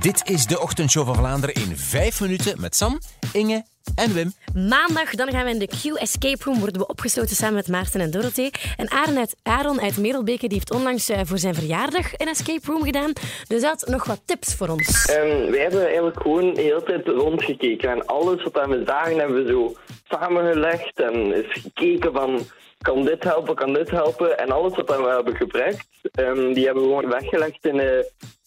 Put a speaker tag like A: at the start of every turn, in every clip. A: Dit is de ochtendshow van Vlaanderen in vijf minuten met Sam, Inge en Wim.
B: Maandag dan gaan we in de Q Escape Room worden we opgesloten samen met Maarten en Dorothee. En Aaron uit, Aaron uit Merelbeke die heeft onlangs eh, voor zijn verjaardag een escape room gedaan. Dus hij had nog wat tips voor ons.
C: En Ehm, wij hebben eigenlijk gewoon de hele tijd rondgekeken. En alles wat we zagen hebben we zo samengelegd. En is gekeken van, kan dit helpen, kan dit helpen. En alles wat we hebben gebracht, ehm, die hebben we gewoon weggelegd in een,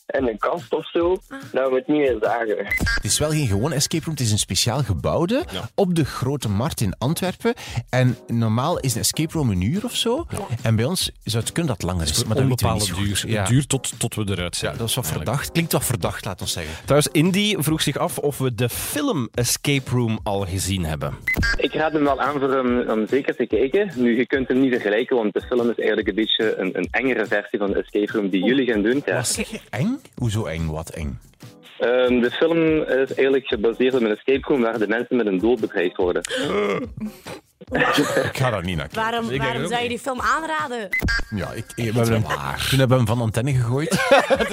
C: in een kast of zo. Dat we het niet meer zagen.
A: Het is wel geen gewone escape room, het is een speciaal gebouwde op de Grote Markt in Antwerpen. En normaal is een escape room een uur of zo. En bij ons zou het kunnen dat het langer is, maar dat weten we niet
D: Onbepaalde
A: zo goed.
D: duur. Het
A: Ja.
D: duurt tot, tot we eruit zijn.
A: Ja, dat is wat
D: Eigenlijk.
A: verdacht. Klinkt wat verdacht, laat ons zeggen.
D: Trouwens, Indy vroeg zich af of we de film Escape Room al gezien hebben.
E: Ik raad hem wel aan voor hem om zeker te kijken. Nu, je kunt hem niet vergelijken, want de film is eigenlijk een beetje een, een engere versie van de Escape Room die jullie gaan doen. Ja.
A: Was je eng? Hoezo eng? Wat eng?
E: Ehm, de film is eigenlijk gebaseerd op een escape room waar de mensen met een doel bedreigd worden.
A: Ik ga daar niet naar kijken.
B: Waarom, waarom zou je die film aanraden?
A: Ja, ik, we hebben hem, toen hebben we hem van antenne gegooid.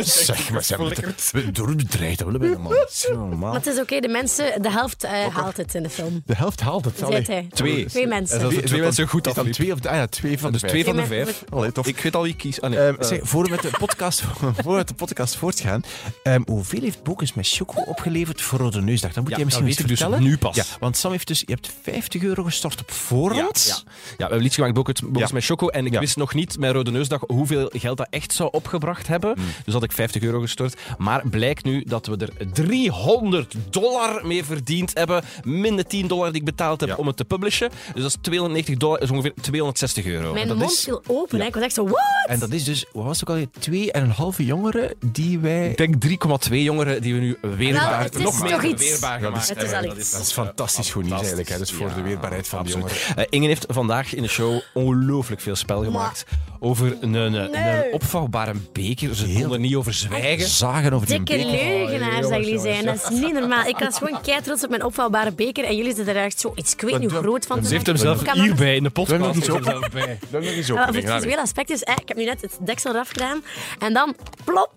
A: zeg maar, ze hebben het we hebben doorbedreigd. Dat willen we helemaal niet. Zo normaal.
B: Maar het is oké, de mensen, de helft eh, haalt het in de film.
A: De helft haalt het.
B: Zet hij.
D: Twee.
B: Twee mensen.
D: Dat is twee mensen goed
A: Is dan
D: afliep.
A: twee of ah ja, twee van
D: Dus
A: de
D: twee
A: vijf.
D: van de
B: Ja, maar-
D: vijf.
A: Allee, tof.
D: Ik weet al wie ik kies. Ah, nee.
A: Ehm, zeg, voor we met de podcast, voor we met de podcast voortgaan, ehm, hoeveel heeft Bokus met Choco opgeleverd voor Rode Neusdag? Dat moet
D: Ja,
A: jij misschien
D: dat
A: eens
D: weet ik dus
A: vertellen.
D: nu pas.
A: Ja, want Sam heeft dus, je hebt 50 euro gestort op voorhand.
D: Ja, we hebben iets gemaakt, Bokkets
A: Ja.
D: met Choco. En ik
A: Ja.
D: wist nog niet, mijn Rode Neusdag, hoeveel geld dat echt zou opgebracht hebben. Dus had ik 50 euro gestort. Maar blijkt nu dat we er 300 dollar mee verdiend hebben. Min de 10 dollar die ik betaald heb
A: Ja.
D: om het te publishen. Dus dat is 290 dollar, dat is ongeveer 260 euro.
B: Mijn
A: dat
B: mond
A: is-
B: viel open. hè. Ik was echt zo, what?
A: En dat is dus, wat was het ook alweer, twee en een halve jongeren die wij...
D: Ik denk 3,2 jongeren die we nu weerbaar,
B: Nou, het is
D: nog meer
B: toch iets.
D: weerbaar
A: Ja, dat
D: gemaakt
A: is-
B: Het is al
D: hebben.
B: iets.
A: Dat is fantastisch goed nieuws eigenlijk, hè. dus voor de weerbaarheid van de jongeren.
D: Eh, Inge heeft vandaag in de show ongelooflijk veel spel gemaakt. Over een, een,
B: Nee.
D: een opvouwbare beker. Ze
A: Heel-
D: konden er niet over zwijgen.
A: Zagen over die
B: Dikke
A: beker. Oh,
B: leugenaars dat jullie zijn. Dat is niet normaal. Ik was gewoon kei trots op mijn opvouwbare beker en jullie zitten daar echt zo iets, ik weet niet hoe groot van te
D: Ze heeft hem
B: maken.
D: zelf
B: Ik kan dat-
D: hierbij in de
A: We hebben
D: podcast.
A: nog iets
D: Heeft hem zelf
A: open.
D: bij.
A: We hebben nog iets
B: Ja,
A: open.
B: voor het visuele aspect Ah, is, eh, ik heb nu net het deksel eraf gedaan. En dan, plop,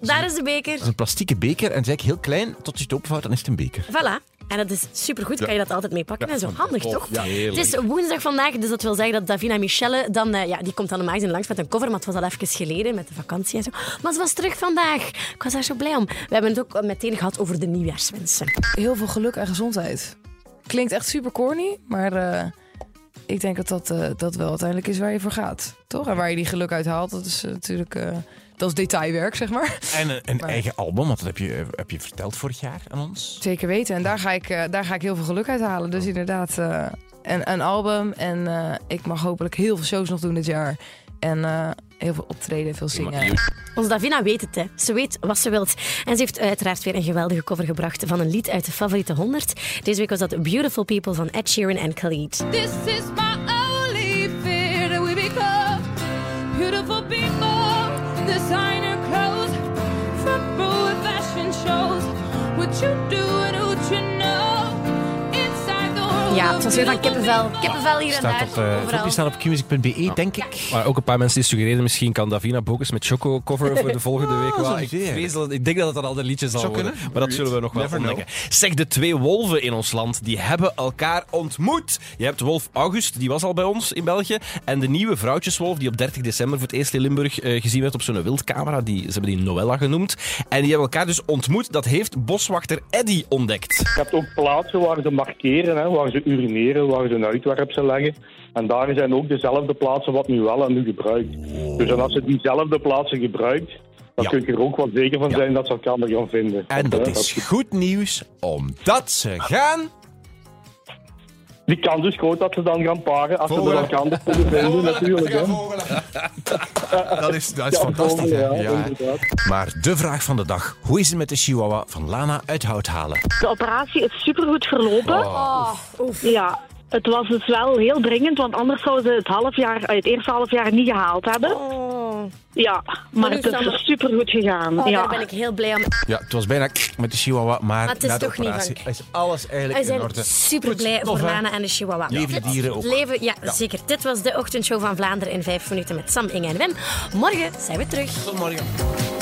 B: daar is de beker.
A: Dat is een plastieke beker en zeg heel klein, tot je het openvouwt, dan is het een beker.
B: Voilà. En dat is supergoed, kan je dat altijd mee pakken. en zo handig, toch?
D: heerlijk.
B: het is woensdag vandaag, dus dat wil zeggen dat Davina Michelle, dan, eh, ja, die komt dan de magazine langs met een cover, maar het was al even geleden met de vakantie en zo. Maar ze was terug vandaag. Ik was daar zo blij om. We hebben het ook eh, meteen gehad over de nieuwjaarswensen.
F: heel veel geluk en gezondheid. Klinkt echt super corny, maar eh, ik denk dat dat, eh, dat wel uiteindelijk is waar je voor gaat. Toch? En waar je die geluk uit haalt, dat is eh, natuurlijk... eh, dat is detailwerk, zeg maar.
A: En een, een
F: Maar-
A: eigen album, want dat heb je, eh, heb je verteld vorig jaar aan ons.
F: Zeker weten. En daar ga ik, eh, daar ga ik heel veel geluk uit halen. Dus inderdaad, eh, een, een album. En eh, ik mag hopelijk heel veel shows nog doen dit jaar. En eh, heel veel optreden, veel zingen.
B: Onze Davina weet het, hè. Ze weet wat ze wilt. En ze heeft uiteraard weer een geweldige cover gebracht van een lied uit de favoriete 100. Deze week was dat Beautiful People van Ed Sheeran en Khalid.
G: This is my only fear that we become beautiful people, designer clothes, front row at fashion shows. What you do and what you know inside the world.
B: Ja,
G: of
B: het was weer van
G: beautiful
B: kippenvel.
G: people.
B: Kippenvel hier en daar.
A: Staat op, eh,
B: overal.
A: filmpjes staan op qmusic.be, denk ik.
D: Maar ook een paar mensen die suggereren, misschien kan Davina Bokus met Choco coveren voor de volgende week.
A: zo'n
D: Wel, ik,
A: idee.
D: vrees dat, ik denk dat dat al de liedjes zal
A: Ah, Zou
D: worden.
A: kunnen.
D: Maar dat zullen we nog wel
A: Never know.
D: ontdekken. Zeg, de twee wolven in ons land, die hebben elkaar ontmoet. Je hebt wolf August, die was al bij ons in België. En de nieuwe vrouwtjeswolf, die op 30 december voor het eerst in Limburg eh, gezien werd op zo'n wildcamera. Die, ze hebben die Noella genoemd. En die hebben elkaar dus ontmoet. Dat heeft boswachter Eddy ontdekt.
H: Je hebt ook plaatsen waar ze markeren, hè, waar ze urineren, waar ze een uitwerp ze leggen. En daar zijn ook dezelfde plaatsen wat nu wel en nu gebruikt. Dus en als ze diezelfde plaatsen gebruikt, dan
A: Oh. Ja.
H: kun je er ook wel zeker van
A: Ja.
H: zijn dat ze elkaar nog gaan vinden.
A: En dat
H: Ja,
A: is goed nieuws, omdat ze gaan...
H: Die kans is groot dat ze dan gaan paren, als ze
A: Volgende.
H: er elkaar nog kunnen vinden natuurlijk. Hè.
A: Dat is, dat is
H: Ja,
A: fantastisch, hè?
H: volgende,
A: Ja.
H: inderdaad.
A: Maar de vraag van de dag. Hoe is het met de chihuahua van Lana uit Houthalen?
I: De operatie is supergoed verlopen.
B: Oh, oef.
I: Ja, het was dus wel heel dringend, want anders zouden ze het, half jaar, eh, het eerste half jaar niet gehaald hebben.
B: Oh,
I: Ja, maar
B: nu
I: het is dus
B: kan het-
I: supergoed gegaan.
B: oh, daar
I: ja.
B: ben ik heel blij om.
A: Ja, het was bijna met de chihuahua, maar,
B: Maar het is
A: na de
B: toch niet
A: operatie
B: van-
A: is alles eigenlijk
B: Wij
A: in
B: zijn
A: orde.
B: super blij
A: Goed,
B: voor
A: tof, hè?
B: Lana en de Chihuahua.
A: Levende
B: Dit-
A: dieren ook.
B: Leven, ja, zeker. Dit was de ochtendshow van Vlaanderen in 5 minuten met Sam, Inge en Wim. Morgen zijn we terug.
A: Tot morgen.